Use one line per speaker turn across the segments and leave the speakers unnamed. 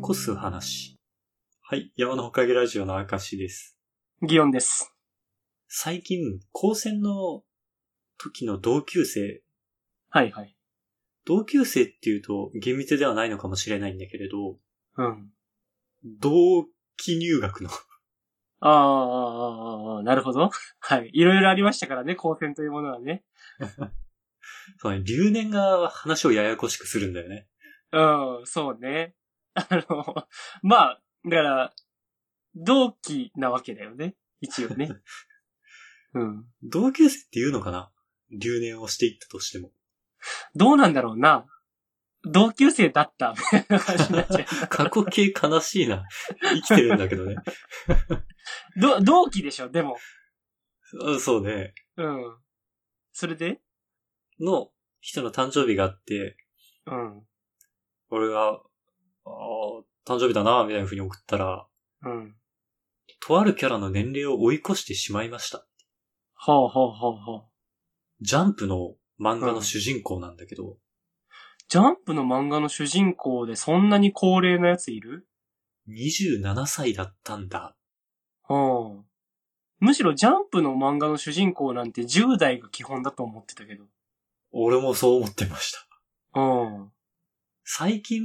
こす話。はい、山のほかげラジオの明石です。
ギオンです。
最近、高専の時の同級生、
はいはい。
同級生っていうと厳密ではないのかもしれないんだけれど、
うん。
同期入学の
あーあー、あーあー、なるほど。 はい。いろいろありましたからね、高専というものはね。
そうね、留年が話をややこしくするんだよね。
うん、そうね。 あの、まあ、だから、同期なわけだよね。一応ね。うん。
同級生って言うのかな留年をしていったとしても。
どうなんだろうな。同級生だった、 みたいな感じになっちゃう。
過去形悲しいな。 生きてるんだけどね。
ど、同期でしょ、でも。
うんそうね。
うん。それで
の人の誕生日があって、
うん。
俺が、あー誕生日だな、みたいな風に送ったら、
うん。
とあるキャラの年齢を追い越してしまいました。
ほうほうほうほう。
ジャンプの漫画の主人公なんだけど、
ジャンプの漫画の主人公でそんなに高齢なやついる
27歳だったんだ。
うん。むしろジャンプの漫画の主人公なんて10代が基本だと思ってたけど。
俺もそう思ってました。
うん。
最近、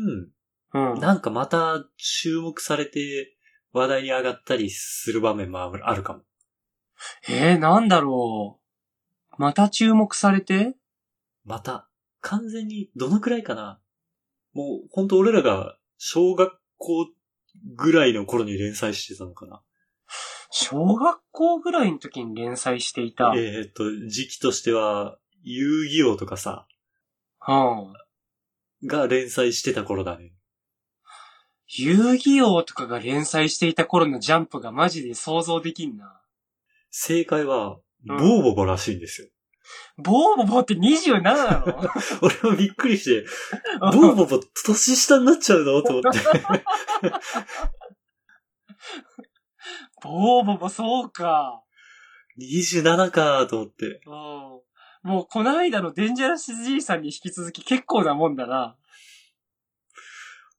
うん。
なんかまた注目されて話題に上がったりする場面もあるかも。
えー、なんだろう。また注目されて
また、完全にどのくらいかなもう、ほんと俺らが小学校ぐらいの頃に連載してたのかな
小学校ぐらいの時に連載していた。
えーっと、時期としては、遊戯王とかさ、
うん。
が連載してた頃だね。
遊戯王とかが連載していた頃のジャンプがマジで想像できんな。
正解は、
うん
ボーボボらしいんですよ。
ボーボボって27なの
俺もびっくり して、 ボーボボ年下になっちゃうのと思って。
ボーボボそうか。
27かと思って。
うん。もうこの間のデンジャラス爺さんに引き続き結構なもんだな。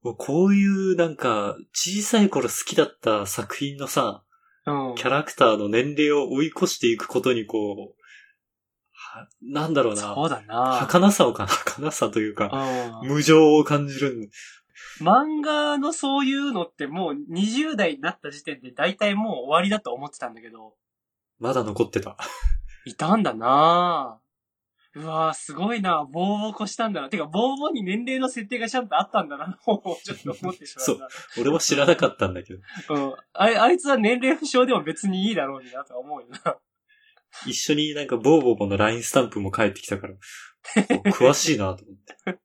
もうこういうなんか、小さい頃好きだった作品のさ、
うん。
キャラクターの年齢を追い越していくことにこう、はなんだろう
そ
な。
うだな。
儚さをか、 儚さというか、
うん。
無情を感じるん
漫画のそういうのってもう20代になった時点で大体もう終わりだと思ってたんだけど、
まだ残ってた。
いたんだなうわぁ、すごいなボーボコしたんだな。てか、ボーボに年齢の設定がちゃんとあったんだな、 もうちょっと思ってしまっ
俺は知らなかったんだけど。
た。うん。あいあいつは年齢不詳でも別にいいだろうになとは思うよな。
一緒になんかボーボーボの LINE スタンプも返ってきた から、詳しいなと思って。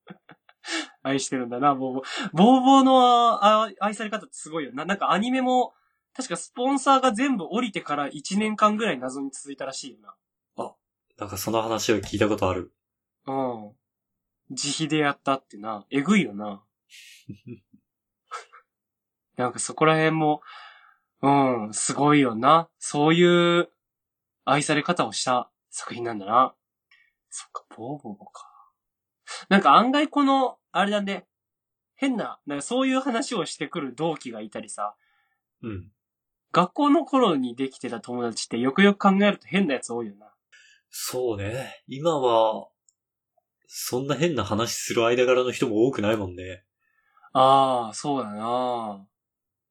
愛してるんだな、ボーボー。ボーボーのあ愛され方ってすごいよな。なんかアニメも、確かスポンサーが全部降りてから1年間ぐらい謎に続いたらしいよな。
なんかその話を聞いたことある。
うん。自費でやったってな。えぐいよな。なんかそこら辺も、うん、すごいよな。そういう愛され方をした作品なんだな。そっか、ボーボーボか。なんか案外この、あれだね。変な、なんかそういう話をしてくる同期がいたりさ、
うん。
学校の頃にできてた友達ってよくよく考えると変なやつ多いよな。
そうね。今は、そんな変な話する間柄の人も多くないもんね。
ああ、そうだな。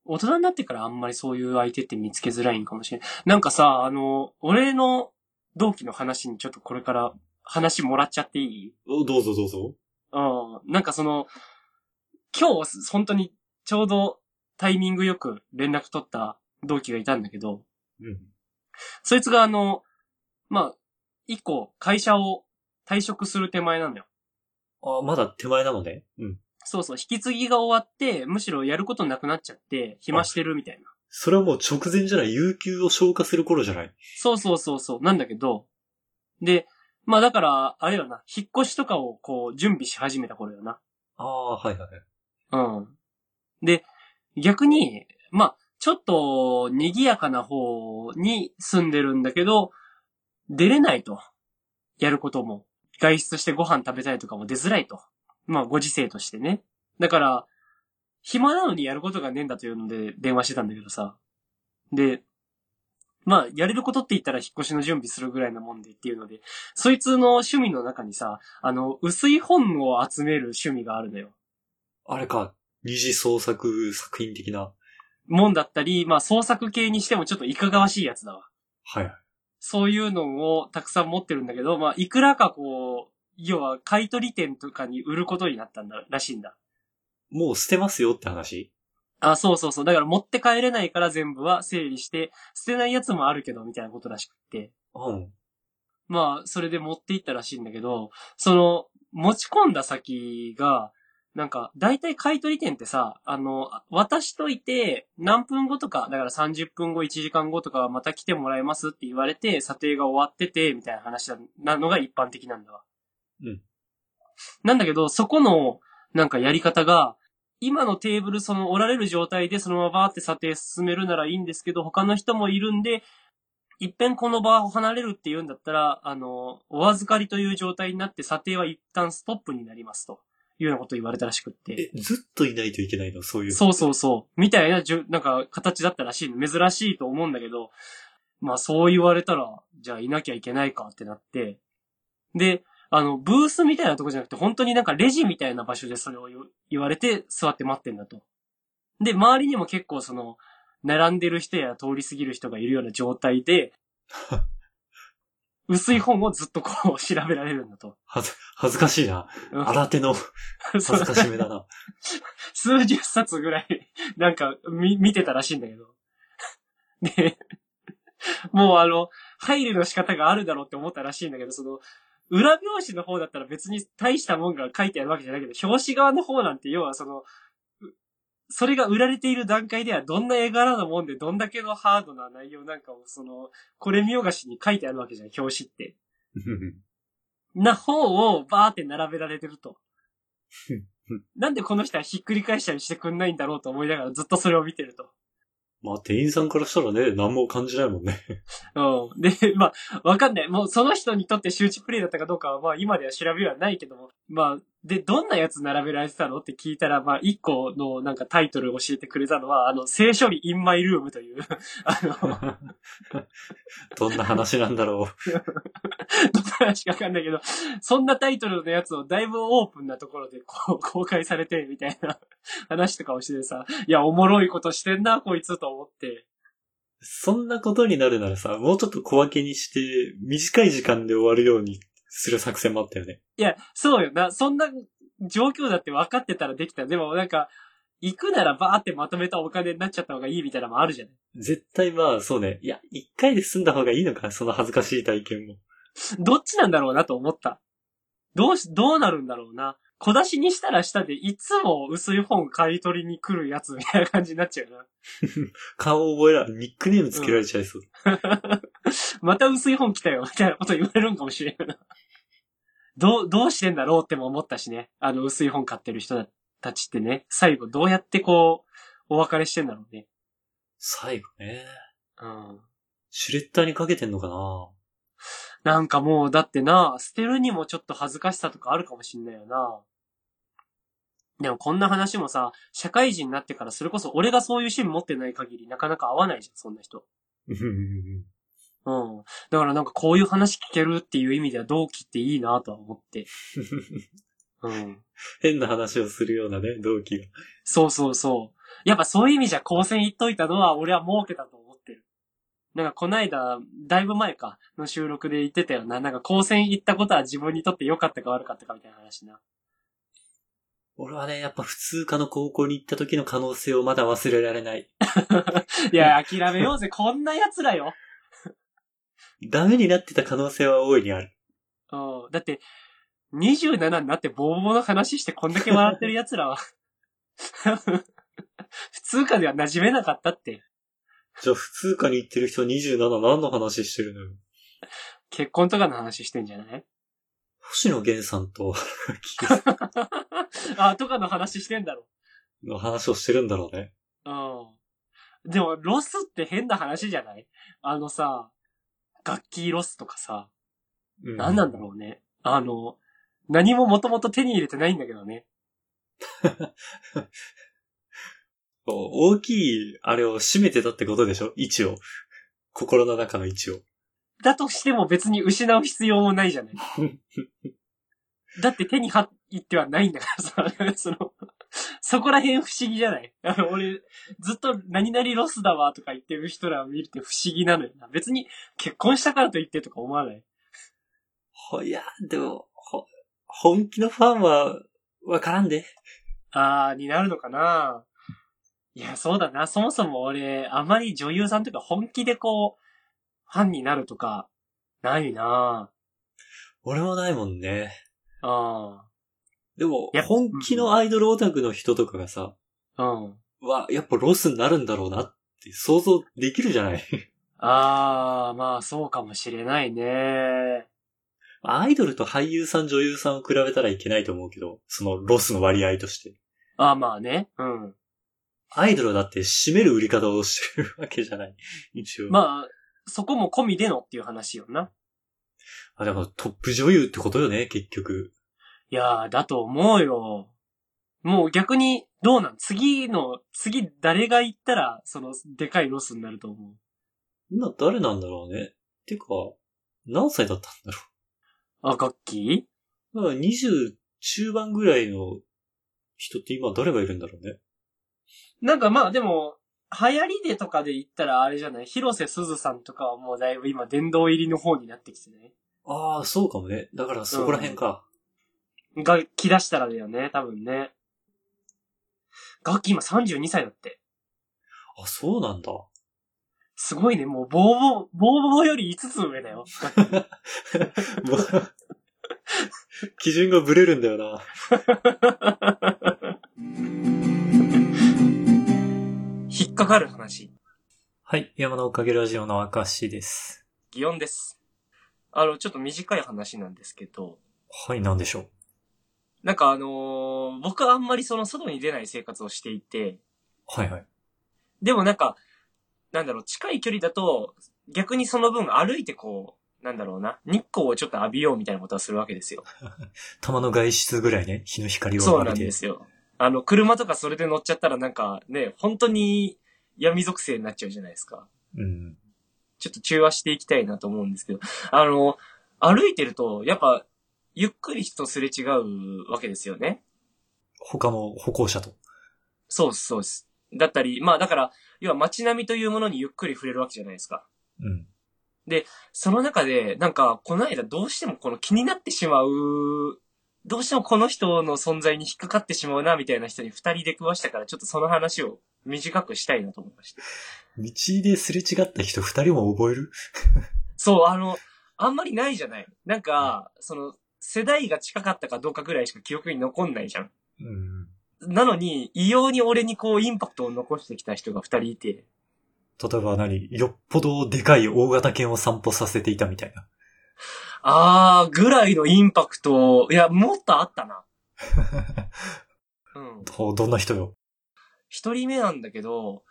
大人になってからあんまりそういう相手って見つけづらいんかもしれない。なんかさ、あの、俺の同期の話にちょっとこれから話もらっちゃっていい
おどうぞどうぞ。
うん。なんかその、今日、本当にちょうどタイミングよく連絡取った同期がいたんだけど、
うん。
そいつがあの、まあ、一個会社を退職する手前なのよ。
あ、まだ手前なのね。うん。
そうそう、引き継ぎが終わって、むしろやることなくなっちゃって、暇してるみたいな。
それはもう直前じゃない。有給を消化する頃じゃない。
そうそうそうそう。なんだけど。で、まあだから、あれよな、引っ越しとかをこう、準備し始めた頃よな。
ああ、はいはい。
うん。で、逆に、まあ、ちょっと、賑やかな方に住んでるんだけど、出れないと。やることも。外出してご飯食べたいとかも出づらいと。まあ、ご時世としてね。だから、暇なのにやることがねえんだというので電話してたんだけどさ。で、まあ、やれることって言ったら引っ越しの準備するぐらいなもんでっていうので、そいつの趣味の中にさ、あの、薄い本を集める趣味があるのよ。
あれか、二次創作作品的な。
もんだったり、まあ創作系にしてもちょっといかがわしいやつだわ。
はいはい。
そういうのをたくさん持ってるんだけど、まあいくらかこう、要は買取店とかに売ることになったんだらしいんだ。
もう捨てますよって話
あ、そうそうそう。だから持って帰れないから全部は整理して、捨てないやつもあるけど、みたいなことらしくって。
うん。
まあ、それで持っていったらしいんだけど、その、持ち込んだ先が、なんか、大体買取店ってさ、あの、渡しといて、何分後とか、だから30分後、1時間後とかはまた来てもらえますって言われて、査定が終わってて、みたいな話だなのが一般的なんだわ。
うん。
なんだけど、そこの、なんかやり方が、今のテーブルその折られる状態でそのままバーって査定進めるならいいんですけど、他の人もいるんで、一遍この場を離れるっていうんだったら、あの、お預かりという状態になって査定は一旦ストップになりますと。いうようなことを言われたらしくって。
え、ずっといないといけないのそういう。
そうそうそう。みたいなじゅ、なんか、形だったらしいの。珍しいと思うんだけど、まあそう言われたら、じゃあいなきゃいけないかってなって。で、あの、ブースみたいなとこじゃなくて、本当になんかレジみたいな場所でそれを言言われて、座って待ってんだと。で、周りにも結構その、並んでる人や通り過ぎる人がいるような状 態で、薄い本をずっとこう調べられるんだと。
はず、恥ずかしいな。
うん
新手の恥ずかしめだ な。
数十冊ぐらい、 なんか、み、見てたらしいんだけど。 で、もうあの、配慮の仕方があるだろうって思ったらしいんだけど、その、裏表紙の方だったら別に大したもんが書いてあるわけじゃないけど、表紙側の方なんて要はその、うそれが売られている段階ではどんな絵柄のもんでどんだけのハードな内容なんかをその、これ見よがしに書いてあるわけじゃん、表紙って。な方をバーって並べられてると
うんうん。
なんでこの人はひっくり返したりしてくんないんだろうと思いながらずっとそれを見てると。
まあ、店員さんからしたらね、何も感じないもん ね。
うん。で、まあ、わかんない。もうその人にとって周知プレイだったかどうかは、まあ今では調べはないけども。まあ、で、どんなやつ並べられてたのって聞いたら、まあ一個のなんかタイトルを教えてくれたのは、あの、聖書理 in my room という、あの、
どんな話なんだろ
どんな話かわかんないけど、そんなタイトルのやつをだいぶオープンなところでこう公開されて、みたいな 話とかをしてさ、いや、おもろいことしてんな、こいつと思って。
う。そんなことになるならさ、もうちょっと小分けにして、短い時間で終わるようにする作戦もあったよね。
いや、そうよな、そんな状況だって分かってたらできた。でもなんか、行くならバーってまとめたお金になっちゃった方がいいみたいなのもあるじゃない。
絶対まあ、そうね。いや、一回で済んだ方がいいのか、その恥ずかしい体験も。
どっちなんだろうなと思った。どうし、どうなるんだろうな。小出しにしたら下でいつも薄い本買い取りに来るやつみたいな感じになっちゃうな。
顔覚えら、ニックネームつけられちゃいそう。
また薄い本来たよ、みたいなこと言われるんかもしれんな。どう、どうしてんだろうっても思ったしね。あの、薄い本買ってる人たちってね、最後どうやってこう、お別れしてんだろうね。
最後ね。
うん。
シュレッダーにかけてんのかな
なんかもう、だってな、捨てるにもちょっと恥ずかしさとかあるかもしんないよな。でもこんな話もさ、社会人になってからそれこそ俺がそういう趣味持ってない限りなかなか合わないじゃん、そんな人。
うんうんうん
うん。だからなんかこういう話聞けるっていう意味では同期っていいなとは思って。うん。
変な話をするようなね、同期が。
そうそうそう。やっぱそういう意味じゃ高専行っといたのは俺は儲けたと思ってる。なんかこないだ、だいぶ前か、の収録で言ってたよな。なんか高専行ったことは自分にとって良かったか悪かったかみたいな話な。
俺はね、やっぱ普通科の高校に行った時の可能性をまだ忘れられない。
いや、諦めようぜ。こんな奴らよ。
ダメになってた可能性は大いにある。
うん。だって、27になってボーボーの話してこんだけ笑ってる奴らは。 普通かでは馴染めなかったって。
じゃあ普通科に行ってる人27何の話してるのよ。
結婚とかの話してんじゃない
星野源さんと
あ、とかの話してんだろ。
の話をしてるんだろうね。
うん。でも、ロスって変な話じゃないあのさ、楽器ロスとかさ、
うん
何なんだろうね。あの、何ももともと手に入れてないんだけどね。
大きい、あれを占めてたってことでしょ位置を。心の中の位置を。
だとしても別に失う必要もない じゃない。だって手に入ってはないんだからさ、 その、そこら辺不思議じゃないあの、俺、ずっと何々ロスだわとか言ってる人らを見るって不思議なのよな。別に結婚したからと言ってとか思わない。
ほいや、でも、ほ、本気のファンは、わからんで。
あー、になるのかないや、そうだな。そもそも俺、あまり女優さんとか本気でこう、ファンになるとか、ないな
俺もないもんね。
あ
でも
いや、
本気のアイドルオタクの人とかがさ、
ー、うん。
は、やっぱロスになるんだろうなって想像できるじゃない。
あー、まあそうかもしれないね。
アイドルと俳優さん、女優さんを比べたらいけないと思うけど、そのロスの割合として。
あー、まあね。うん。
アイドルはだって占める売り方をしてるわけじゃない。 一応。
まあ、そこも込みでのっていう話よな。
あ、だからトップ女優ってことよね、結局。
いやー、だと思うよ。もう逆に、どうなん次の、次誰が行ったら、その、でかいロスになると思う。
今誰なんだろうね。てか、何歳だったんだ
あ、楽器
ろう。まあ、20中盤ぐらいの人って今誰がいるんだろうね。
なんかまあでも、流行りでとかで言ったらあれじゃない広瀬すずさんとかはもうだいぶ今殿堂入りの方になってきてね。
ああ、そうかもね。だからそこら辺か。
が、来だしたらだよね、多分ね。楽器今32歳だって。
あ、そうなんだ。
すごいね、もうボーボー、ボーボーより5つ上だよ。
もう 基準がブレるんだよな。
引っかかる話。
はい。山のおかげラジオの証です。
祇園です。あの、ちょっと短い話なんですけど、
はい、なんでしょう。
なんかあのー僕はあんまりその外に出ない生活をしていて、
はいはい。
でもなんか、なんだろう、近い距離だと、逆にその分歩いてこう、なんだろうな、日光をちょっと浴びようみたいなことはするわけですよ。
玉の外出ぐらいね、日の光を
そう
浴
な
び
ん
て
で。すよ。あの、車とかそれで乗っちゃったらなんかね、本当に闇属性になっちゃうじゃないですか。
うん。
ちょっと中和していきたいなと思うんですけど、あの、歩いてると、やっぱ、ゆっくり人とすれ違うわけですよね。
他の歩行者と。
そうです、そうです。だったり、まあだから、要は街並みというものにゆっくり触れるわけじゃないですか。
うん。
その中で、なんか、この間どうしてもこの気になってしまう、どうしてもこの人の存在に引っかかってしまうな、みたいな人に二人出くわしたから、ちょっとその話を短くしたいなと思いました。
道ですれ違った人二人も覚える
そう、あの、あんまりないじゃない。なんか、その、世代が近かったかどうかぐらいしか記憶に残んないじゃん。
うん。
なのに、異様に俺にこう、インパクトを残してきた人が二人いて、
例えば何よっぽどでかい大型犬を散歩させていたみたい な。
あー、ぐらいのインパクト、いや、もっとあったな。うん。
どどんな人よ。
一人目なんだけど、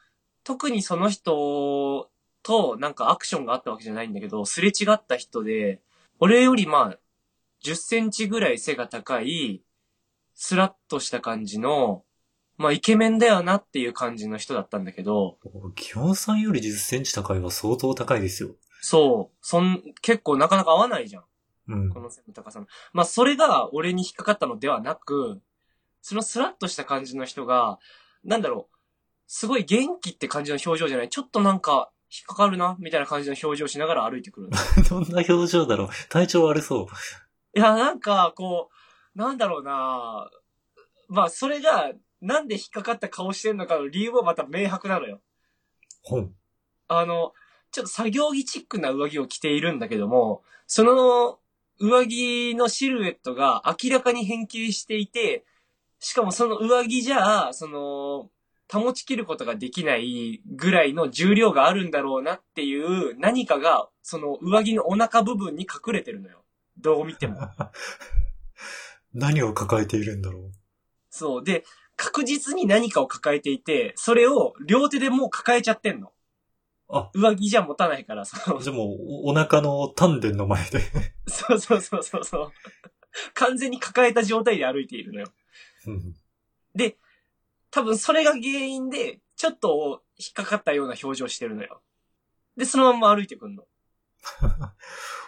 特にその人となんかアクションがあったわけじゃないんだけど、すれ違った人で、俺よりまあ、10センチぐらい背が高い、スラッとした感じの、まあイケメンだよなっていう感じの人だったんだけど、
気温さんより10センチ高いは相当高いですよ。
そう、そん、結構なかなか合わないじゃん。
うん。
この背の高さの。まあ、それが俺に引っかかったのではなく、そのスラッとした感じの人が、なんだろう、すごい元気って感じの表情じゃない、ちょっとなんか、引っかかるな、みたいな感じの表情をしながら歩いてくるんだ。
どんな表情だろう体調悪そう。
いや、なんか、こう、なんだろうなまあ、それが、なんで引っかかった顔してんのかの理由もまた明白なのよ。
本。
あの、ちょっと作業着チックな上着を着ているんだけども、その上着のシルエットが明らかに変形していて、しかもその上着じゃあ、その、保ちきることができないぐらいの重量があるんだろうなっていう何かが、その上着のお腹部分に隠れてるのよ。どう見ても。
何を抱えているんだろう
そう。で、確実に何かを抱えていて、それを両手でもう抱えちゃってんの。
あ
上着じゃ持たないから、その、
じゃあもう、おお腹の丹田の前で。
そうそうそうそうそう。完全に抱えた状態で歩いているのよ。
うん。
多分それが原因で、ちょっと引っかかったような表情してるのよ。で、そのまま歩いてくんの。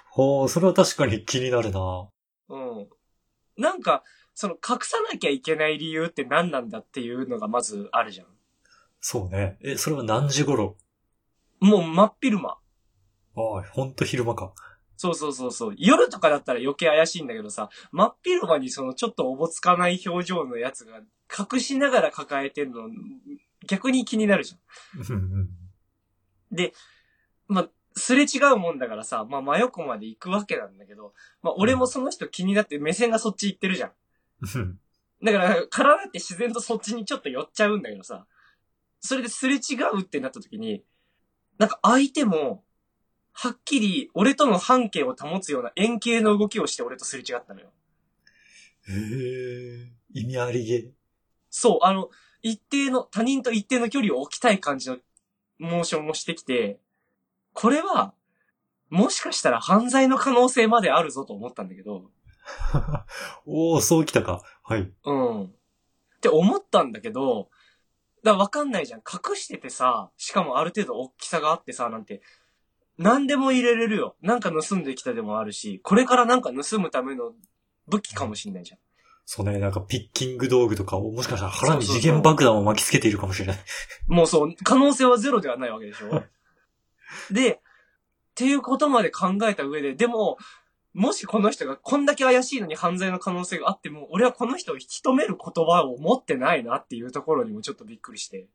ほう、それは確かに気になるな。
うん。なんか、その隠さなきゃいけない理由って何なんだっていうのがまずあるじゃん。
そうね。え、それは何時頃
もう真っ昼間。
ああ、ほんと昼間か。
そうそうそうそう。夜とかだったら余計怪しいんだけどさ、真っ昼間にそのちょっとおぼつかない表情のやつが隠しながら抱えてるの、逆に気になるじゃん。
うんうん。
まあ、すれ違うもんだからさ、まあ、真横まで行くわけなんだけど、まあ、俺もその人気になって目線がそっち行ってるじゃん。
うん
だから、体って自然とそっちにちょっと寄っちゃうんだけどさ、それですれ違うってなった時に、なんか相手も、はっきり俺との半径を保つような円形の動きをして俺とすれ違ったのよ。
へえ、意味ありげ。
そう、あの、一定の、他人と一定の距離を置きたい感じのモーションもしてきて、これは、もしかしたら犯罪の可能性まであるぞと思ったんだけど、
おお、そうきたか。はい。
うん。って思ったんだけど、だからわかんないじゃん。隠しててさ、しかもある程度大きさがあってさ、なんて、何でも入れれるよ。なんか盗んできたでもあるし、これからなんか盗むための武器かもしんないじゃん。
そうね、なんかピッキング道具とかを、もしかしたら腹に次元爆弾を巻きつけているかもしれない。
もうそう、可能性はゼロではないわけでしょで、っていうことまで考えた上で、でも、もしこの人がこんだけ怪しいのに犯罪の可能性があっても、俺はこの人を引き止める言葉を持ってないなっていうところにもちょっとびっくりして。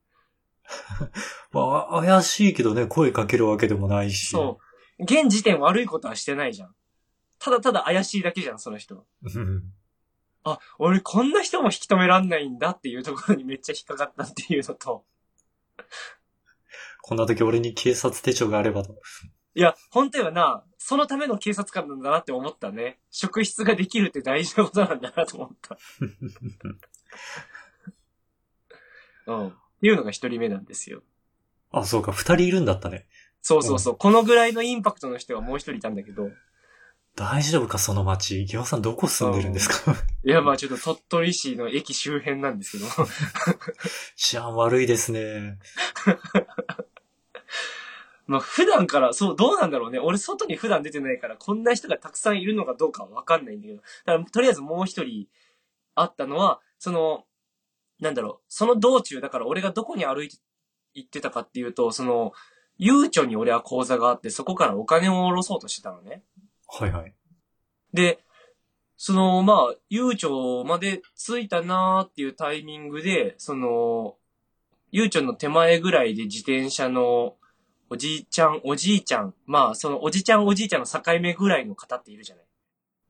まあ、怪しいけどね、声かけるわけでもないし。
そう。現時点悪いことはしてないじゃん。ただただ怪しいだけじゃん、その人。
うん。
あ、俺こんな人も引き止めらんないんだっていうところにめっちゃ引っかかったっていうのと。
こんな時俺に警察手帳があればと。
いや、本当よな、そのための警察官なんだなって思ったね。職質ができるって大事なことなんだなと思 った。うん。っていうのが一人目なんですよ。
あ、そうか、二人いるんだったね。
そうそうそう。このぐらいのインパクトの人がもう一人いたんだけど。
大丈夫か、その町。ギワさんどこ住んでるんですか
いや、まあちょっと鳥取市の駅周辺なんですけど。
治安悪いですね。
まあ普段から、そう、どうなんだろうね。俺外に普段出てないから、こんな人がたくさんいるのかどうかはわかんないんだけど。だから、とりあえずもう一人あったのは、その、なんだろう、その道中、だから俺がどこに歩いて行ってたかっていうと、その、ゆうちょに俺は口座があって、そこからお金を下ろそうとしてたのね。
はいはい。
で、その、まあ、悠長まで着いたなーっていうタイミングで、その、悠長の手前ぐらいで自転車のおじいちゃん、おじいちゃん、まあ、そのおじちゃん、おじいちゃんの境目ぐらいの方っているじゃない。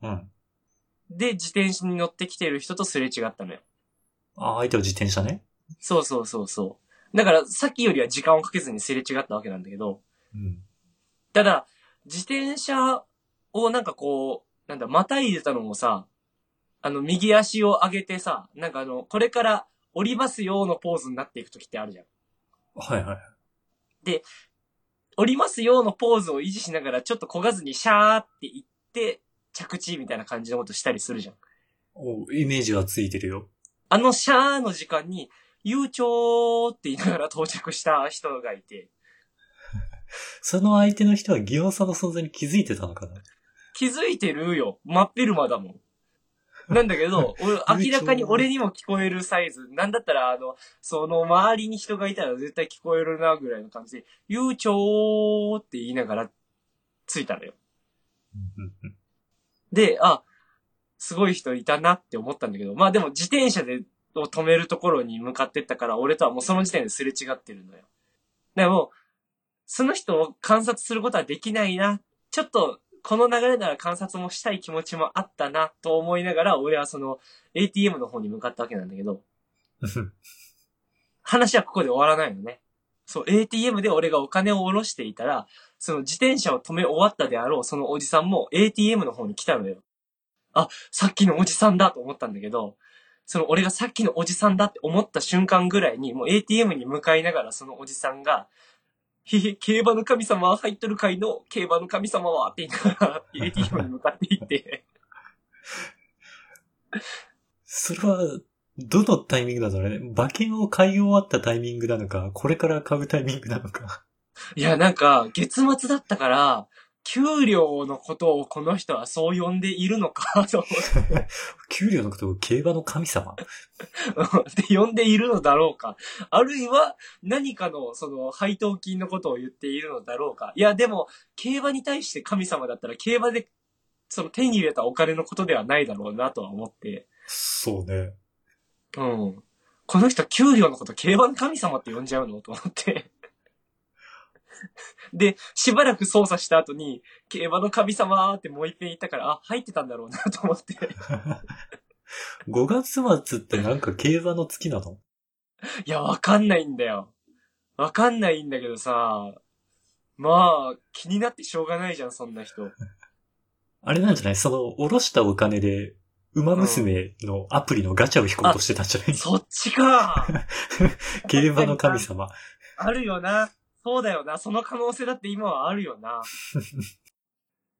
うん。
で、自転車に乗ってきてる人とすれ違ったのよ。
あ、相手は自転車ね。
そうそうそうそう。だから、さっきよりは時間をかけずにすれ違ったわけなんだけど、
うん。
ただ、自転車をなんかこう、なんだ、また入れたのもさ、あの、右足を上げてさ、なんかあの、これから降りますよのポーズになっていくときってあるじゃん。
はいはい。
降りますよのポーズを維持しながら、ちょっと焦がずにシャーって行って、着地みたいな感じのことしたりするじゃん。
おイメージはついてるよ。
あのシャーの時間に、悠長って言いながら到着した人がいて、
その相手の人はギワさんの存在に気づいてたのかな
気づいてるよ。真っ昼間だもん。なんだけど、俺、明らかに俺にも聞こえるサイズ。なんだったら、あの、その周りに人がいたら絶対聞こえるな、ぐらいの感じで、悠長って言いながら、着いたのよ。
うんうん
で、あ、すごい人いたなって思ったんだけど、まあでも自転車で、を止めるところに向かってったから、俺とはもうその時点ですれ違ってるのよ。でもう、その人を観察することはできないな。ちょっと、この流れなら観察もしたい気持ちもあったな、と思いながら、俺はその ATM の方に向かったわけなんだけど、
うん。
話はここで終わらないのね。そう、ATM で俺がお金を下ろしていたら、その自転車を止め終わったであろうそのおじさんも ATM の方に来たのよ。あ、さっきのおじさんだと思ったんだけど、その俺がさっきのおじさんだって思った瞬間ぐらいに、もう ATM に向かいながらそのおじさんが、へへ、競馬の神様は入っとる会の競馬の神様はって言いながら ATM に向かっていって、
それは、どのタイミングなんだろうね。馬券を買い終わったタイミングなのか、これから買うタイミングなのか。
いや、なんか、月末だったから、給料のことをこの人はそう呼んでいるのか と思
給料のことを競馬の神様。
って、で呼んでいるのだろうか。あるいは、何かの、その、配当金のことを言っているのだろうか。いや、でも、競馬に対して神様だったら、競馬で、その、手に入れたお金のことではないだろうなとは思って、
そうね。
うん。この人、給料のこと競馬の神様って呼んじゃうのと思って。で、しばらく操作した後に、競馬の神様ってもう一遍言ったから、あ、入ってたんだろうなと思って。
5月末ってなんか競馬の月なの
いや、わかんないんだよ。わかんないんだけどさ、まあ、気になってしょうがないじゃん、そんな人。
あれなんじゃないその、おろしたお金で、馬娘のアプリのガチャを引こうとしてたんじゃない、
そっちか
競馬の神様。
あるよな。そうだよな。その可能性だって今はあるよな。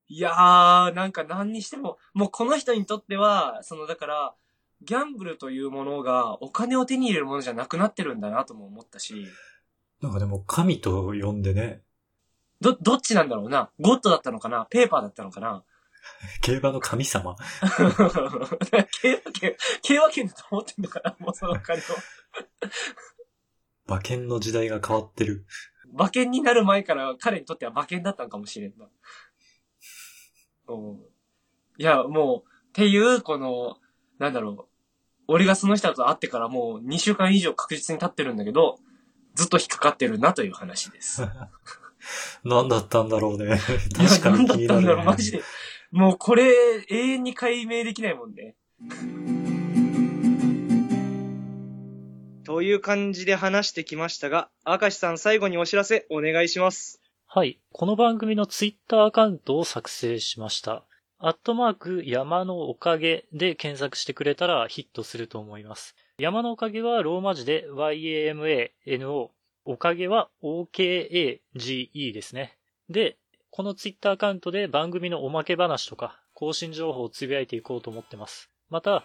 いやー、なんか何にしても、もうこの人にとっては、そのだから、ギャンブルというものがお金を手に入れるものじゃなくなってるんだなとも思ったし、
なんかでも神と呼んでね、
ど、どっちなんだろうな。ゴッドだったのかなペーパーだったのかな
競馬の神様。
競馬券、競馬券だと思ってんのかなもうそのお金を。
馬券の時代が変わってる。
馬券になる前から彼にとっては馬券だったのかもしれんな。うんいや、もう、っていう、この、なんだろう。俺がその人と会ってからもう2週間以上確実に経ってるんだけど、ずっと引っかかってるなという話です。
なんだったんだろうね。
いや、
確か
なん
に
だ
気
っ
に
た
なんる、
だ
ね。
ろう、マジで。もうこれ、永遠に解明できないもんね。
という感じで話してきましたが、明石さん最後にお知らせお願いします。
はい。この番組のツイッターアカウントを作成しました。アットマーク山のおかげで検索してくれたらヒットすると思います。山のおかげはローマ字で YAMANO。おかげは OKAGE ですね。で、このツイッターアカウントで番組のおまけ話とか更新情報をつぶやいていこうと思ってます。また、